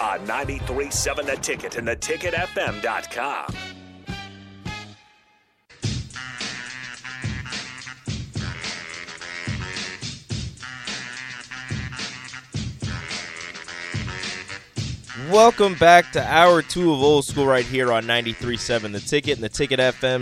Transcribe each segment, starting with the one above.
on 93.7 The Ticket and theticketfm.com. Welcome back to hour two of Old School right here on 93.7 The Ticket and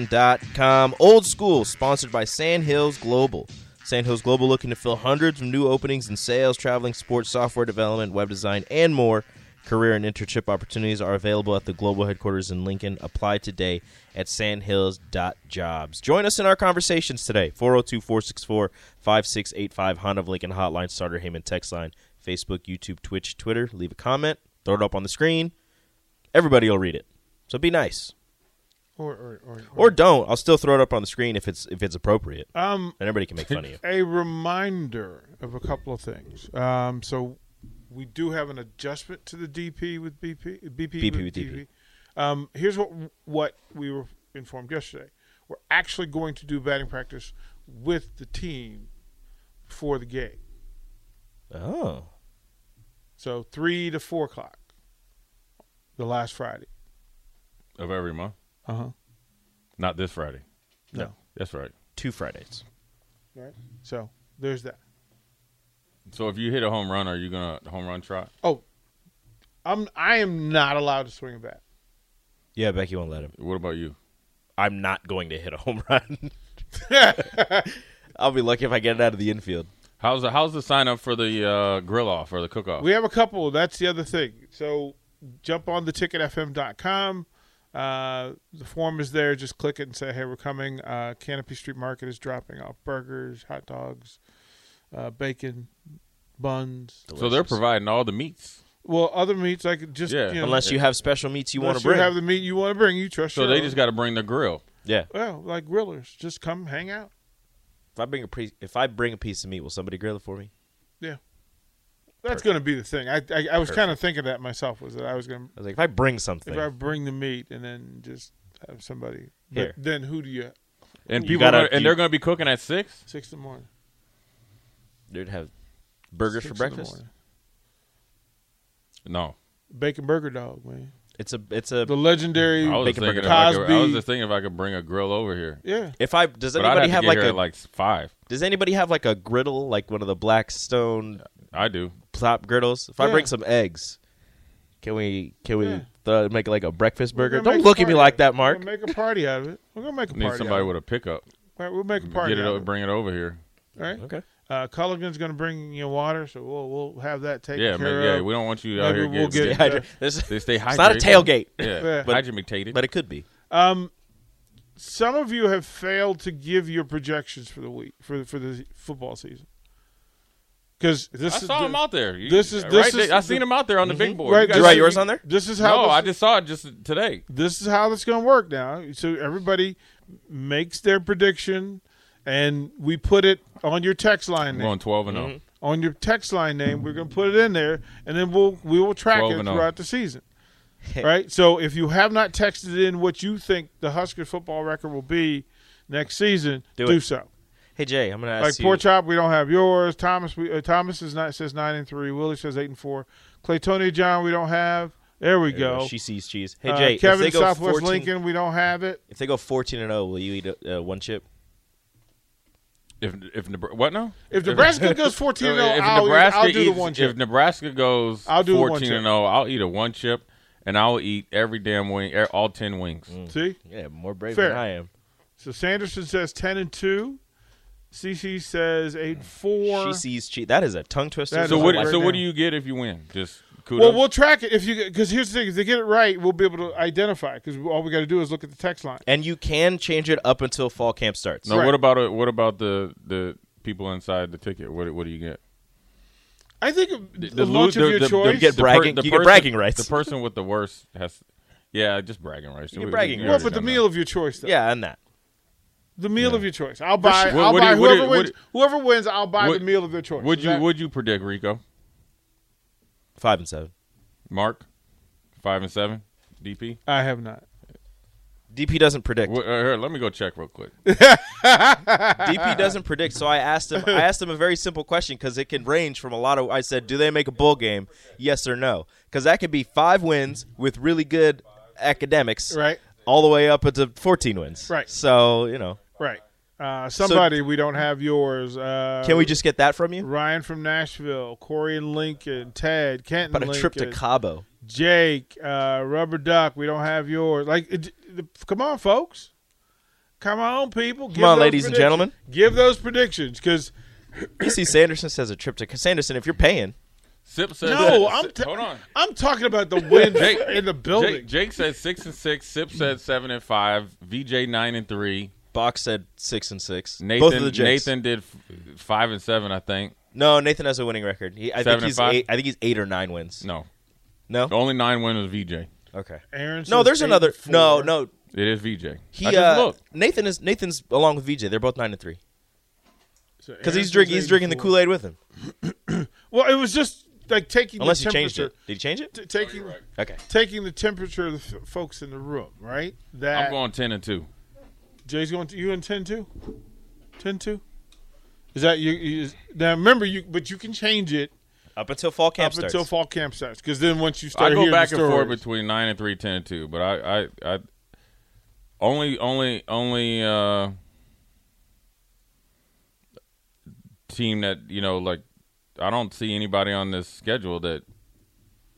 theticketfm.com. Old School, sponsored by Sand Hills Global. Sand Hills Global looking to fill hundreds of new openings in sales, traveling, sports, software development, web design, and more. Career and internship opportunities are available at the global headquarters in Lincoln. Apply today at sandhills.jobs. Join us in our conversations today. 402 464 5685 Honda of Lincoln Hotline, Starter Heyman text line, Facebook, YouTube, Twitch, Twitter. Leave a comment, throw it up on the screen. Everybody will read it. So be nice. Or, or, or, Or don't. I'll still throw it up on the screen if it's if it's appropriate. um, And everybody can make fun of you. a reminder of a couple of things. Um, so we do have an adjustment to the DP with BP. BP, BP with DP. Um, here's what what we were informed yesterday. We're actually going to do batting practice with the team for the game. Oh. So three to four o'clock. The last Friday. of every month. Uh Uh-huh. huh. Not this Friday. No. That's right. Two Fridays. Right. So there's that. So if you hit a home run, are you gonna home run trot? Oh, I'm I am not allowed to swing a bat. Yeah, Becky won't let him. What about you? I'm not going to hit a home run. I'll be lucky if I get it out of the infield. How's the how's the sign up for the uh, grill off or the cook off? We have a couple. That's the other thing. So jump on the ticketfm.com. Uh, the form is there. Just click it and say, hey, we're coming. Uh, Canopy Street Market is dropping off burgers, hot dogs, uh, bacon, buns. so they're providing all the meats. Well, other meats, I could just, Yeah, you know, Unless you have special meats you want unless to bring. have the meat you want to bring, you trust So your they own. just got to bring the grill. yeah. Well, like grillers, just come hang out. If I bring a pre- if I bring a piece of meat, will somebody grill it for me? Yeah. That's going to be the thing. I I, I was kind of thinking that myself was that I was going I was like, if I bring to something, if I bring the meat and then just have somebody but Here. Then who do you And You people gotta- are gonna- you- and they're going to be cooking at six. six in the morning? they'd have burgers Six for in the breakfast. morning. No, Bacon burger dog, man. It's a it's a The legendary. I was Bacon thinking burger. if I, could, I was Cosby. just thinking if I could bring a grill over here. yeah. if I does But I'd anybody have, have like to get here a at like five. does anybody have like a griddle like one of the black stone I do. top griddles? If I Yeah. bring some eggs, can we can we Yeah. th- make like a breakfast We're burger? gonna Don't make a look at me party like out that, of it. Mark. We're gonna make a party out of it. We're gonna make a Need party. somebody out of with a pickup. it. Right, we'll make a party. Get it out o- of bring it over here. it, right. Okay. Uh, Culligan's gonna bring you water, so we'll we'll have that taken Yeah, care maybe, yeah. of. We don't want you out Maybe here we'll getting get- Dehydrated. This- They stay hydrated. it's not a tailgate, Yeah, Yeah. hydrogenated. but it could be. Some of you have failed to give your projections for the week for the, for the football season because this I is saw the- him out there. You- this is- right this there. is- Mhm. I seen him out there on the big board. Right, You guys you write see- yours on there? This is how No, this- I just saw it just today. this is how this going to work now. So everybody makes their prediction, and we put it on your text line I'm name. going 12 and oh. Mm-hmm. 0. On your text line name, we're going to put it in there, and then we'll we will track 12 it and oh. throughout the season. right. So if you have not texted in what you think the Husker football record will be next season, Do do, it. so. Hey Jay, I'm gonna ask Like you. poor chop, we don't have yours. Thomas, we, uh, Thomas is not says nine and three. Willie says eight and four. Claytonia John, we don't have. There we go. She sees cheese. Hey Uh, Jay, if Kevin they go Southwest 14 Lincoln, we don't have it. If they go 14 and 0, will you eat uh, one chip? If if Nebr- what now? If Nebraska goes 14 If- 0, if I'll, Nebraska I'll do the eats- one If chip. Nebraska goes I'll do the one 14 chip. and 0, I'll eat a one chip and I'll eat every damn wing, er, all 10 wings. See? Yeah, more brave Fair. than I am. So Sanderson says 10 and 2. CC says 8 and 4. She sees cheese. That is a tongue twister. That So is what right so now. what do you get if you win? Just kudos. well, we'll track it if you because here's the thing: if they get it right, we'll be able to identify because all we got to do is look at the text line. and you can change it up until fall camp starts. now right. what about it? What about the the people inside the ticket? What what do you get? I think the, the lunch lo- of your the- the- choice. You get bragging- you get bragging rights. The person with the worst has, yeah, just bragging rights. You get bragging well, rights. but the already meal know. of your choice, though. Yeah, and that. The meal of your choice. I'll buy. What- I'll what do buy you- what do whoever you- what wins. do Whoever wins, I'll buy Would- the meal of their choice. Would Is you that- Would you predict Rico, Five and seven. Mark, five and seven, DP? I have not. DP doesn't predict. Wh- uh, here, let me go check real quick. DP doesn't predict. So I asked him. I asked him a very simple question because it can range from a lot of. I said, "Do they make a bowl game? Yes or no?" Because that could be five wins with really good academics, Right. All the way up into fourteen wins, Right. So you know, Right. Uh, somebody we don't have yours. Uh, can we just get that from you? Ryan from Nashville, Corey and Lincoln, Ted, Kenton, About a trip to Lincoln, Cabo. Jake, uh, Rubber Duck. We don't have yours. Like, it, the, come on, folks. Come on, people. Give Come on, those ladies and predictions. gentlemen. Give those predictions because You see, Sanderson says a trip to Sanderson. If you're paying, Sip says no, I'm t- hold on. I'm talking about the win Jake- in the building. Jake, Jake said six and six. Sip said seven and five. VJ nine and three. Box said six and six. Nathan Both of the Jakes. Nathan did f- five and seven. I think No, Nathan has a winning record. He, I Seven think and he's five? eight. I think he's eight or nine wins. no. No. The only nine win was VJ. Okay. Aaron No, says there's eight another. and four. No, no. It is VJ. He I just uh, looked. Nathan is Nathan's along with VJ. They're both nine and three So Aaron because he's says drinking. eight He's and drinking the four. Kool Aid with him. Well, it was just like taking Unless the he changed temperature, it. Did he change it? t- Oh, taking Okay. taking the temperature of the f- folks in the room, right? That I'm going ten and two. Jay's going to you and 10 2? 10 2? Is that you, you is, now remember you but you can change it Up until fall camp up starts. until fall camp starts cuz then once you start I go hearing back the and forth stories- between nine and three, ten and two, but I, I, I only, only, only uh, team that you know, like I don't see anybody on this schedule that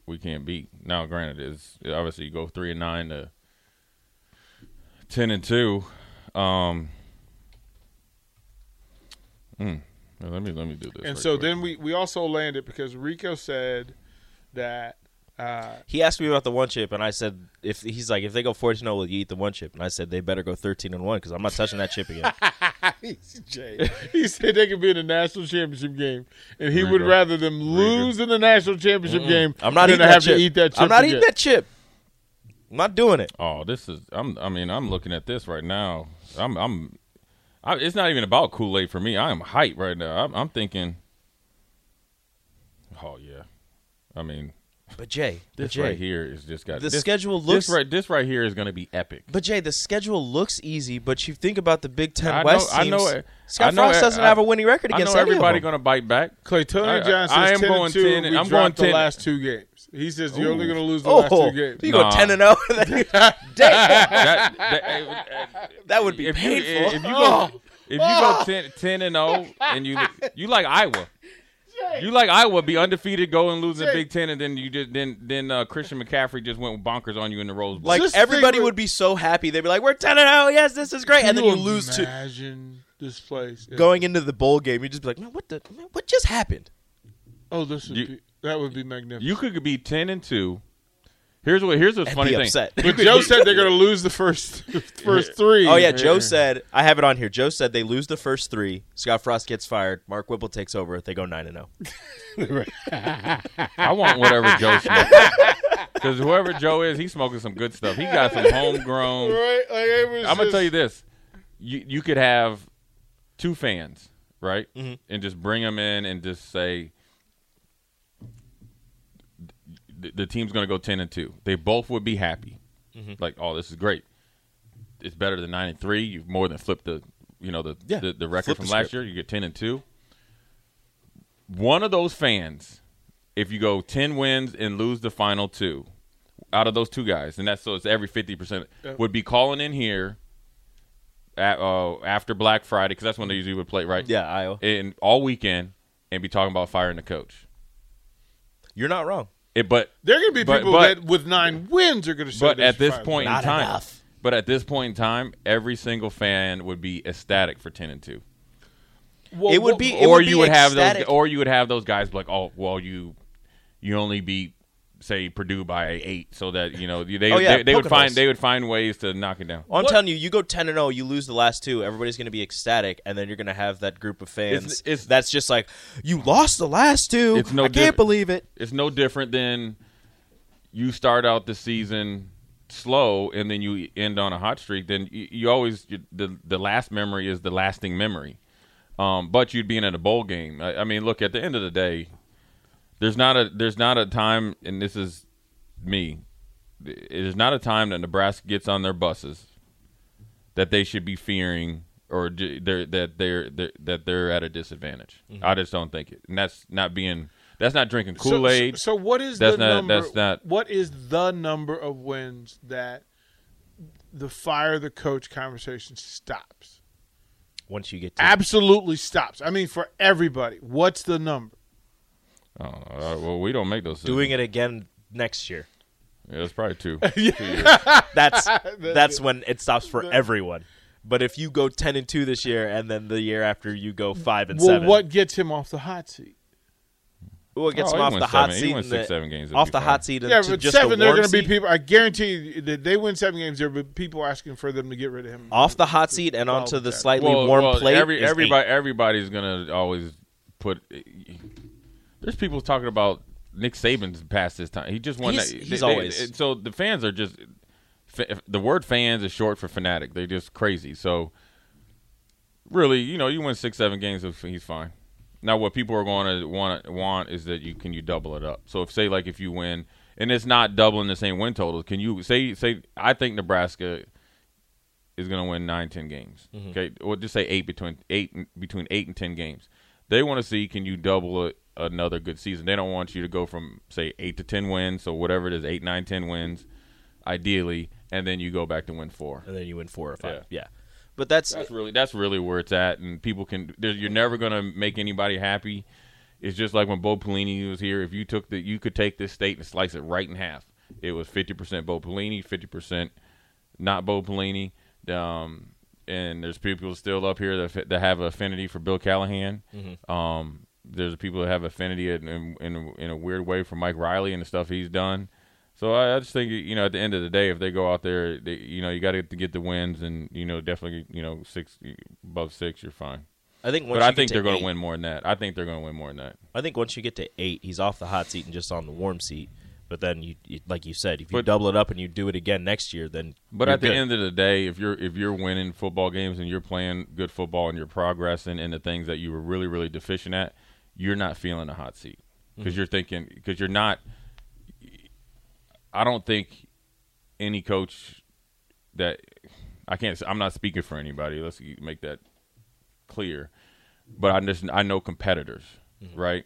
we can't beat. Now, granted, is obviously you go three and nine to ten and two. Um, hmm. Now, let me let me do this. And right so quick. then we we also landed because Rico said that uh, he asked me about the one chip, and I said, "If he's like, if they go fourteen zero, will you eat the one chip?" And I said, "They better go thirteen and one because I'm not touching that chip again." Jay, he said they could be in the national championship game, and he would Rico. rather them lose in the national championship game I'm not than eating to that have chip. to eat that chip. I'm not again. eating that chip. I'm not doing it. Oh, this is. I'm. I mean, Hmm. I'm looking at this right now. I'm. I'm. I, it's not even about Kool Aid for me. I am hype right now. I'm, I'm thinking. Oh yeah, I mean, But Jay, but this Jay, right here is just got the this, schedule This looks right. This right here is going to be epic. But Jay, the schedule looks easy, but you think about the Big Ten I know- West I teams. know it. Scott I know Frost it. doesn't I- have a winning record I against know everybody any of them. going to bite back. I- Claytonian I- Johnson. I I am am 10 going and 2, 10 and we I'm dropped going the 10 last two games. He says you're only going to lose the last Oh, two games. you go Nah. ten and zero. That- Damn, That, that- that would be if you painful. Oh. if you go if you go 10, 10 and zero and you you like Iowa. You like Iowa be undefeated, go and lose in the Jake. Big Ten, and then you just then then uh, Christian McCaffrey just went bonkers on you in the Rose Bowl. like Just think everybody what- would be so happy. They'd be like, "We're ten and zero. Yes, this is great." And then you lose imagine to this place. going into the bowl game. You just be like, "Man, what the? Man, what just happened?" Oh, this would You- be that would be magnificent. you could be ten and two. Here's what here's what's I'd funny be thing. upset. but Joe said they're going to lose the first first three. Oh yeah, Joe said I have it on here. Joe said they lose the first three. Scott Frost gets fired. Mark Whipple takes over. They go nine and oh. zero. I want whatever Joe smokes because whoever Joe is, he's smoking some good stuff. He got some homegrown. Right? Like, it was I'm gonna just- tell you this: you you could have two fans, right, and just bring them in and just say the, the team's gonna go ten and two. They both would be happy, like, oh, this is great. It's better than nine and three. You've more than flipped the you know the Yeah, the, the record flip the from last script. year. You get ten and two. One of those fans, if you go ten wins and lose the final two, out of those two guys, and that's so it's every fifty percent would be calling in here at, uh, after Black Friday because that's when they usually would play, right? Yeah, Iowa. and all weekend and be talking about firing the coach. You're not wrong. It, but there are going to be but- people but- that with nine wins are going to. but at this point in Not time, enough. but at this point in time, every single fan would be ecstatic for ten and two. it would be. It or would you be would have those, ecstatic. or you would have those guys be like, oh, well, you you only beat say Purdue by eight, so that you know they Oh, yeah, they, they would Poconos. find they would find ways to knock it down. Well, I'm telling you, you go 10 and 0, you lose the last two, everybody's going to be ecstatic, and then you're going to have that group of fans It's- it's- that's just like, you lost the last two. It's no I can't diff- believe it. It's no different than you start out the season slow and then you end on a hot streak. Then you, you always you, the the last memory is the lasting memory. Um, but you'd be in a bowl game. I, I mean, look at the end of the day, there's not a there's not a time, and this is me. There's not a time that Nebraska gets on their buses that they should be fearing or j- they're, that they're, they're that they're at a disadvantage. I just don't think it, and that's not being that's not drinking Mm-hmm. So- Kool Aid. So, so what is That's the not- number? that's not- What is the number of wins that the fire the coach conversation stops? Once you get to Absolutely stops. I mean, for everybody, what's the number? Oh, uh, well, we don't make those. Decisions. doing it again next year, Yeah, that's probably two. that's that's when it stops for everyone. But if you go 10 and 2 this year, and then the year after you go 5 and Well, 7, what gets him off the hot seat? Ooh, it gets Oh, him he off won the hot seven. He seat. won and the- six, seven games, it'll Off be the fine. hot seat. Yeah, into but just seven, the they're warm going to be seat. people. I guarantee that they win seven games. There will be people asking for them to get rid of him. Off the hot seat Oh, and onto the slightly warm plate. Every, is eight. everybody, everybody's gonna always put. There's people talking about Nick Saban's past this time. He just won. He's- that, he's always- so the fans are just. fa- The word "fans" is short for fanatic. They're just crazy. So, really, you know, you win six, seven games, if he's fine. Now, what people are going to want want is that you can you double it up. So, if say like if you win, and it's not doubling the same win total, can you say say I think Nebraska is going to win nine, ten games. Okay, or just say eight between eight and- between eight and ten games. They want to see can you double a, another good season. They don't want you to go from say eight to ten wins, so whatever it is, eight, nine, ten wins, ideally, and then you go back to win four. and then you win four or five. Yeah, Yeah. but that's, That's really that's really where it's at, and people can. There's, you're never going to make anybody happy. It's just like when Bo Pelini was here. If you took the, you could take this state and slice it right in half. It was 50% Bo Pelini, 50% not Bo Pelini. Um, and there's people still up here that, that have affinity for Bill Callahan. Um, there's people that have affinity in, in, in, in a weird way for Mike Riley and the stuff he's done. So I, I just think you know at the end of the day, if they go out there, they, you know you got to get the wins, and you know definitely you know six above six, you're fine. I think. Once But I you get think to they're going eight- to win more than that. I think they're going to win more than that. I think once you get to eight, he's off the hot seat and just on the warm seat. But then, you, you like you said, if you But- double it up and you do it again next year, then But you're at the good. end of the day, if you're if you're winning football games and you're playing good football and you're progressing in the things that you were really really deficient at, you're not feeling a hot seat Mm-hmm. because you're thinking because you're not. I don't think any coach that I can't. I'm not speaking for anybody. Let's make that clear. But I just I know competitors, Mm-hmm. right?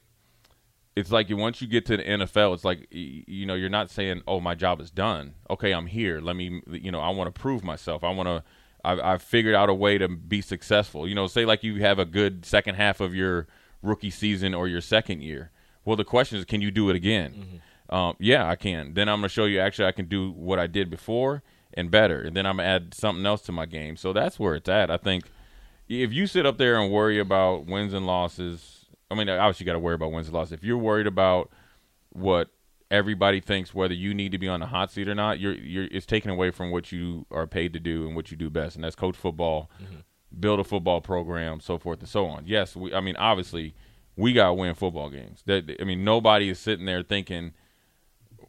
It's like you- once you get to the NFL, it's like y- you know you're not saying, "Oh, my job is done. Okay, I'm here. Let me, you know, I want to prove myself. I want to. I, I figured out a way to be successful. You know, say like you have a good second half of your rookie season or your second year. Well, the question is, can you do it again? Um, yeah, I can. Then I'm going to show you actually I can do what I did before and better. And then I'm going to add something else to my game. So that's where it's at. I think if you sit up there and worry about wins and losses, I mean, obviously you got to worry about wins and losses. If you're worried about what everybody thinks, whether you need to be on the hot seat or not, you're you're it's taken away from what you are paid to do and what you do best, and that's coach football, build a football program, so forth and so on. Yes, we, I mean, obviously, we got to win football games. That I mean, nobody is sitting there thinking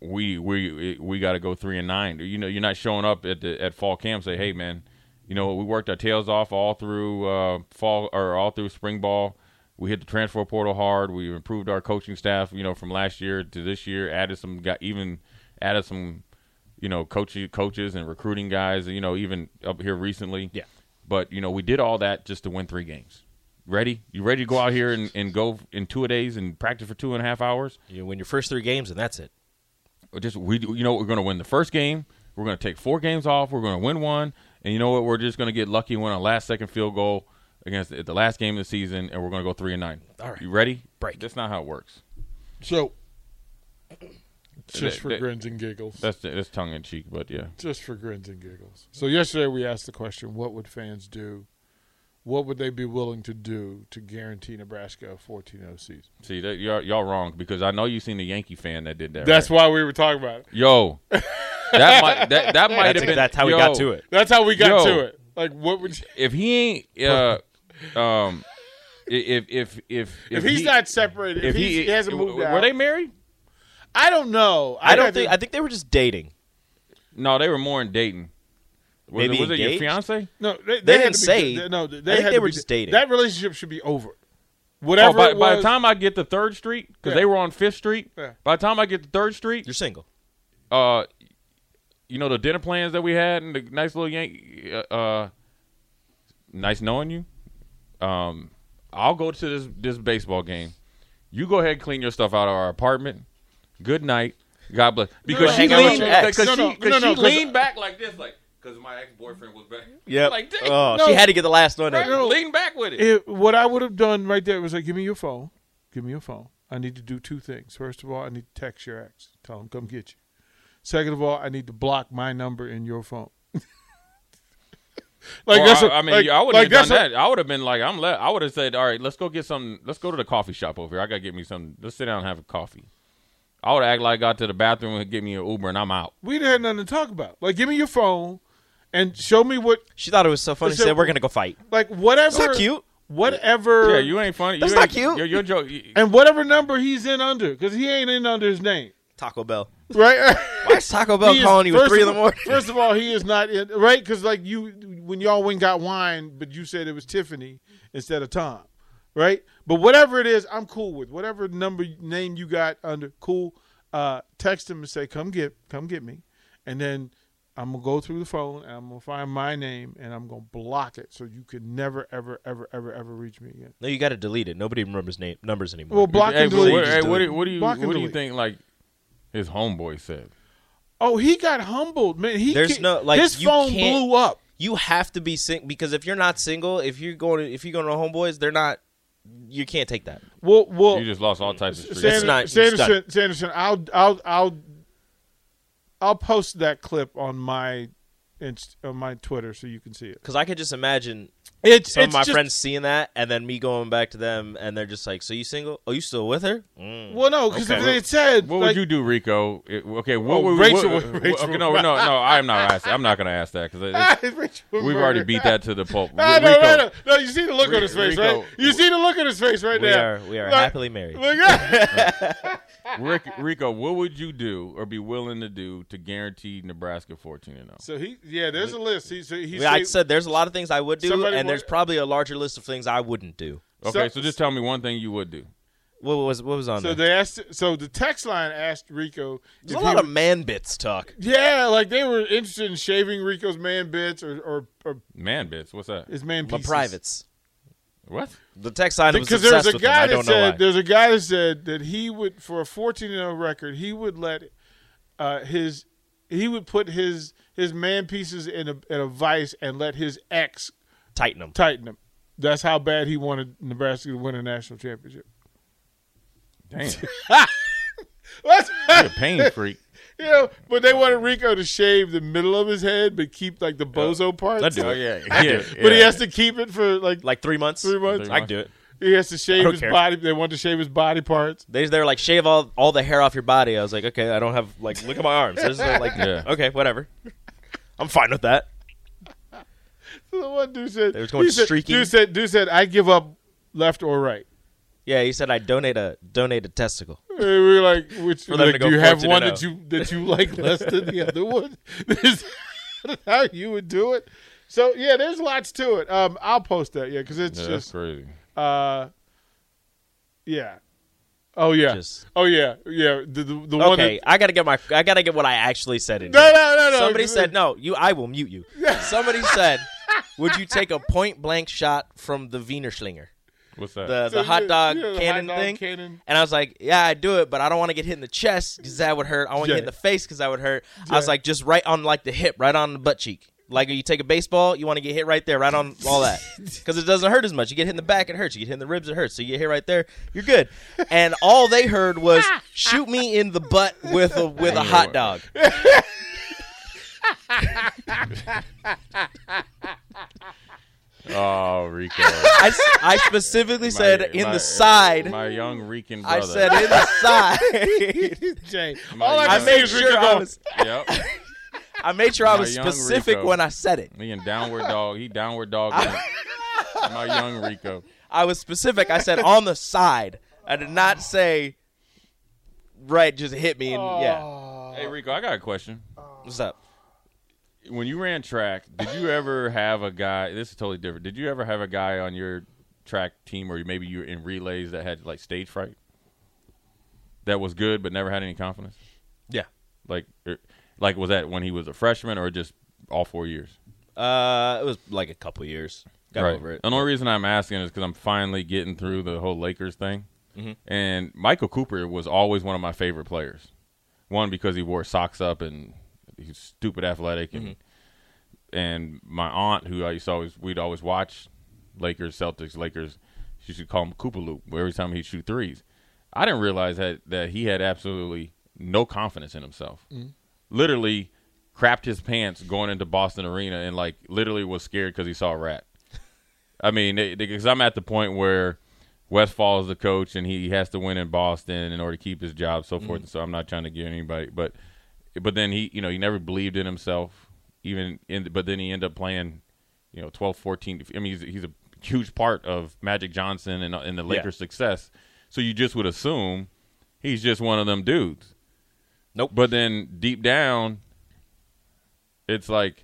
we we we got to go three and nine. You know, you're not showing up at the at fall camp say, hey man, you know we worked our tails off all through uh, fall or all through spring ball. We hit the transfer portal hard. We improved our coaching staff. You know, from last year to this year, added some got even added some you know coach coaches and recruiting guys. You know, even up here recently. Yeah. But you know, we did all that just to win three games. Ready? You ready to go out here and, and go in two a days and practice for two and a half hours? you win your first three games, and that's it. Or just we you know what, we're going to win the first game. We're going to take four games off. We're going to win one, and you know what? We're just going to get lucky and win a last second field goal against at the last game of the season, and we're going to go three and nine. All right. you ready? Break. That's not how it works. So, just for that- grins and giggles. That's that's tongue in cheek, but yeah. just for grins and giggles. So yesterday we asked the question, what would fans do what would they be willing to do to guarantee Nebraska a 14-0 season? See, that, y'all, y'all wrong because I know you seen the Yankee fan that did that. That's right? why we were talking about it. Yo, that might that, that might That's, have been that's how we got yo, to it. that's how we got Yo. to it. Like, what would you, If he ain't, uh, um, i- if if if if, he's he- not separated? If, he's, he hasn't w- moved were out, they married? I don't know. I don't gotta- think. I think they were just dating. No, they were more in Dayton. Was Maybe it, was it your engaged? fiance? no, they, they, didn't had to be- say. they- no, they, I think had they to were be- just dating. That relationship should be over. Whatever. Oh, by, it by the was- time I get to Third Street, because Yeah. they were on Fifth Street. Yeah. By the time I get to Third Street, You're single. uh, you know the dinner plans that we had and the nice little Yankee. Uh, uh, nice knowing you. Um, I'll go to this this baseball game. You go ahead and clean your stuff out of our apartment. Good night. God bless. Because she hang out with leaned your ex. because No, no, she, 'cause no, no, she 'cause- leaned back like this, like because my ex boyfriend was back. Yep. Like, dang, oh, no. she had to get the last one. right? in. lean back with it. It- what I would have done right there was like, give me your phone. Give me your phone. I need to do two things. First of all, I need to text your ex. Tell him come get you. Second of all, I need to block my number in your phone. like Or that's I a- I mean, like- I wouldn't like have that's done that. I would have been like, I'm. Le- I would have said, all right, let's go get some. Let's go to the coffee shop over here. I gotta get me some. Let's sit down and have a coffee. I would act like I got to the bathroom and get me an Uber, and I'm out. a- we didn't have nothing to talk about. Like, give me your phone and show me what She thought it was so funny. She So- said, "We're gonna go fight." like whatever. That's not cute. Whatever. Yeah, you ain't funny. That's you ain't- not cute. Your, your joke. you- and whatever number he's in under, because he ain't in under his name, Taco Bell. right? Why is Taco Bell He is- calling you at first three in of the all- morning? First of all, he is not in, right because like you when y'all went and got wine, but you said it was Tiffany instead of Tom, right? But whatever it is, I'm cool with whatever number name you got under. Cool. Uh, text him and say, "Come get, come get me," and then I'm gonna go through the phone and I'm gonna find my name and I'm gonna block it so you can never, ever, ever, ever, ever reach me again. No, you got to delete it. Nobody remembers name numbers anymore. Well, block Hey, and what, delete. what- hey, what do you- what do you Block and what do you delete. think? Like his homeboy said. Oh, he got humbled, man. He There's ca- no- like, his you phone can't- blew up. you have to be sing because if you're not single, if you're going, to, if you're going to homeboys, they're not. You can't take that. Well, well, You just lost all types of It's streets. Sanders, not- it's Sanderson, done. Sanderson, I'll, I'll, I'll, I'll post that clip on my, inst- on my Twitter so you can see it. Because I could just imagine It's some it's of my just- friends seeing that and then me going back to them and they're just like, "So you single? Oh, you still with her? Mm. Well, no, because Okay. they had said, What like, would you do, Rico? It- okay, what Oh, would Rachel What, would- what- Rachel okay, no, no, would- no. I'm not. Asking, I'm not going to ask that because Rachel we've already Murder. beat that to the pulp. I know, Rico, I know. No, you see the look Ri- on his face, Rico- right? You see the look on his face right we now. are we are Like, happily married." Look at Rick, Rico, what would you do or be willing to do to guarantee Nebraska 14 and oh? 0? So he, yeah, there's a list. He, so he I said, said there's a lot of things I would do, Somebody and wa- there's probably a larger list of things I wouldn't do. Okay, so, So- just tell me one thing you would do. What was what was on so there? they asked. So the text line asked Rico. There's if a he lot would- of man bits talk. yeah, like they were interested in shaving Rico's man bits or or, or Man, bitch, what's that? his man The pieces. privates. What? The text line was because there's obsessed a with them. I guy that don't know said why. there's a guy that said that he would for a 14 0 record he would let uh, his he would put his his man pieces in a in a vice and let his ex Tighten them. tighten them. That's how bad he wanted Nebraska to win a national championship. Damn, That's, you're a pain freak. you know, but they wanted Rico to shave the middle of his head, but keep like the bozo part. That'd do it. yeah, yeah. But he has to keep it for like, Like three months. Three months. I can do it. he has to shave don't his care. body. They want to shave his body parts. They they're like shave all all the hair off your body. I was like, okay, I don't have like look at my arms. There's no, like Yeah. okay, whatever. I'm fine with that. The one dude said They was going he said- streaking. Dude said, "Dude said, I give up left or right." Yeah, he said I donate a donate a testicle. And we were like, "Which them to like, do go you have 14 one and that you that you like less than the other one?" This is how you would do it. So yeah, there's lots to it. Um, I'll post that. Yeah, because it's Yeah, that's just crazy. uh, yeah. Oh yeah. Just- oh yeah. Yeah. The the, the one. Okay, That, I gotta get my I gotta get what I actually said in. no here. no no no. Somebody said no. You, I will mute you. Somebody said, would you take a point blank shot from the Wienerschlinger, What's that? the the So, hot yeah, dog yeah, the hot cannon dog thing? cannon. And I was like, yeah, I do it, but I don't want to get hit in the chest because that would hurt. I want to Yeah. get in the face because that would hurt. I was like, just right on like the hip, right on the butt cheek. Like you take a baseball, you want to get hit right there, right on all that, because it doesn't hurt as much. You get hit in the back, it hurts. You get hit in the ribs, it hurts. So you get hit right there, you're good. And all they heard was shoot me in the butt with a with a hot dog. Oh, Rico. I, s- I specifically said My- in my- the side. My young Rican I brother. said in the side. Jay. My All I can young- see is Rico sure I going. was, Yep. I made sure I My was young specific Rico. when I said it. Me and downward dog. He downward dog. my young Rico. I was specific. I said on the side. I did not say right. Just hit me and yeah. Hey Rico, I got a question. What's up? When you ran track, did you ever have a guy? This is totally different. Did you ever have a guy on your track team, or maybe you were in relays that had like stage fright, that was good but never had any confidence? Yeah. Like, er, like was that when he was a freshman, or just all four years? Uh, it was like a couple years. Got over it. The only reason I'm asking is because I'm finally getting through the whole Lakers thing. Mm-hmm. And Michael Cooper was always one of my favorite players. One because he wore socks up and he was stupid athletic, and Mm-hmm. and my aunt who I used to always we'd always watch Lakers Celtics Lakers. She should call him Cooper Loop. Where every time he'd shoot threes, I didn't realize that that he had absolutely no confidence in himself. Mm-hmm. Literally, crapped his pants going into Boston Arena and like literally was scared because he saw a rat. I mean, because I'm at the point where Westfall is the coach and he has to win in Boston in order to keep his job, so forth. So I'm not trying to get anybody, but but then he, you know, he never believed in himself, even in. But then he ended up playing, you know, 12, 14. I mean, he's, he's a huge part of Magic Johnson and and the Lakers' success. So you just would assume he's just one of them dudes. Nope. But then deep down, it's like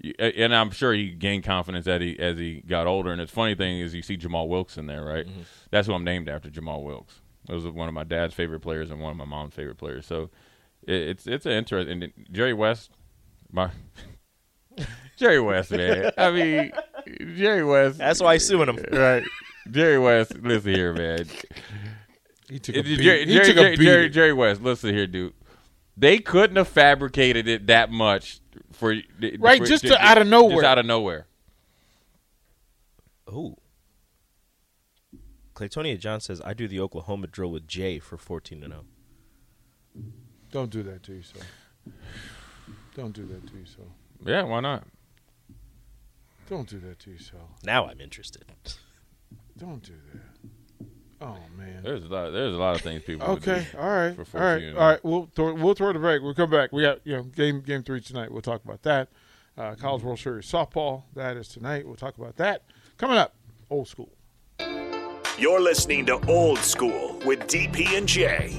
you- and I'm sure he gained confidence as he as he got older. And the funny thing is, you see Jamal Wilkes in there, right? That's who I'm named after, Jamal Wilkes. It was one of my dad's favorite players and one of my mom's favorite players. So it, it's it's an interesting. And Jerry West, my Jerry West, man. I mean, Jerry West. That's why he's suing him. right. Jerry West, listen here, man. He took a Jerry, beat. Jerry, he took Jerry, a beat. Jerry, Jerry West, listen here, dude. They couldn't have fabricated it that much for Right, for- just to- out of nowhere. Just out of nowhere. Ooh. Claytonia John says I do the Oklahoma drill with Jay for fourteen to zero. Don't do that to yourself. Don't do that to yourself. Yeah, why not? Don't do that to yourself. Now I'm interested. Don't do that. Oh man. There's a lot. There's a lot of things people. would Okay. do. All right. For All right. 14. All right. We'll throw, we'll throw the break. We'll come back. We got you know game game three tonight. We'll talk about that. Uh, Mm-hmm. College World Series softball that is tonight. We'll talk about that coming up. Old school. You're listening to Old School with DP and J.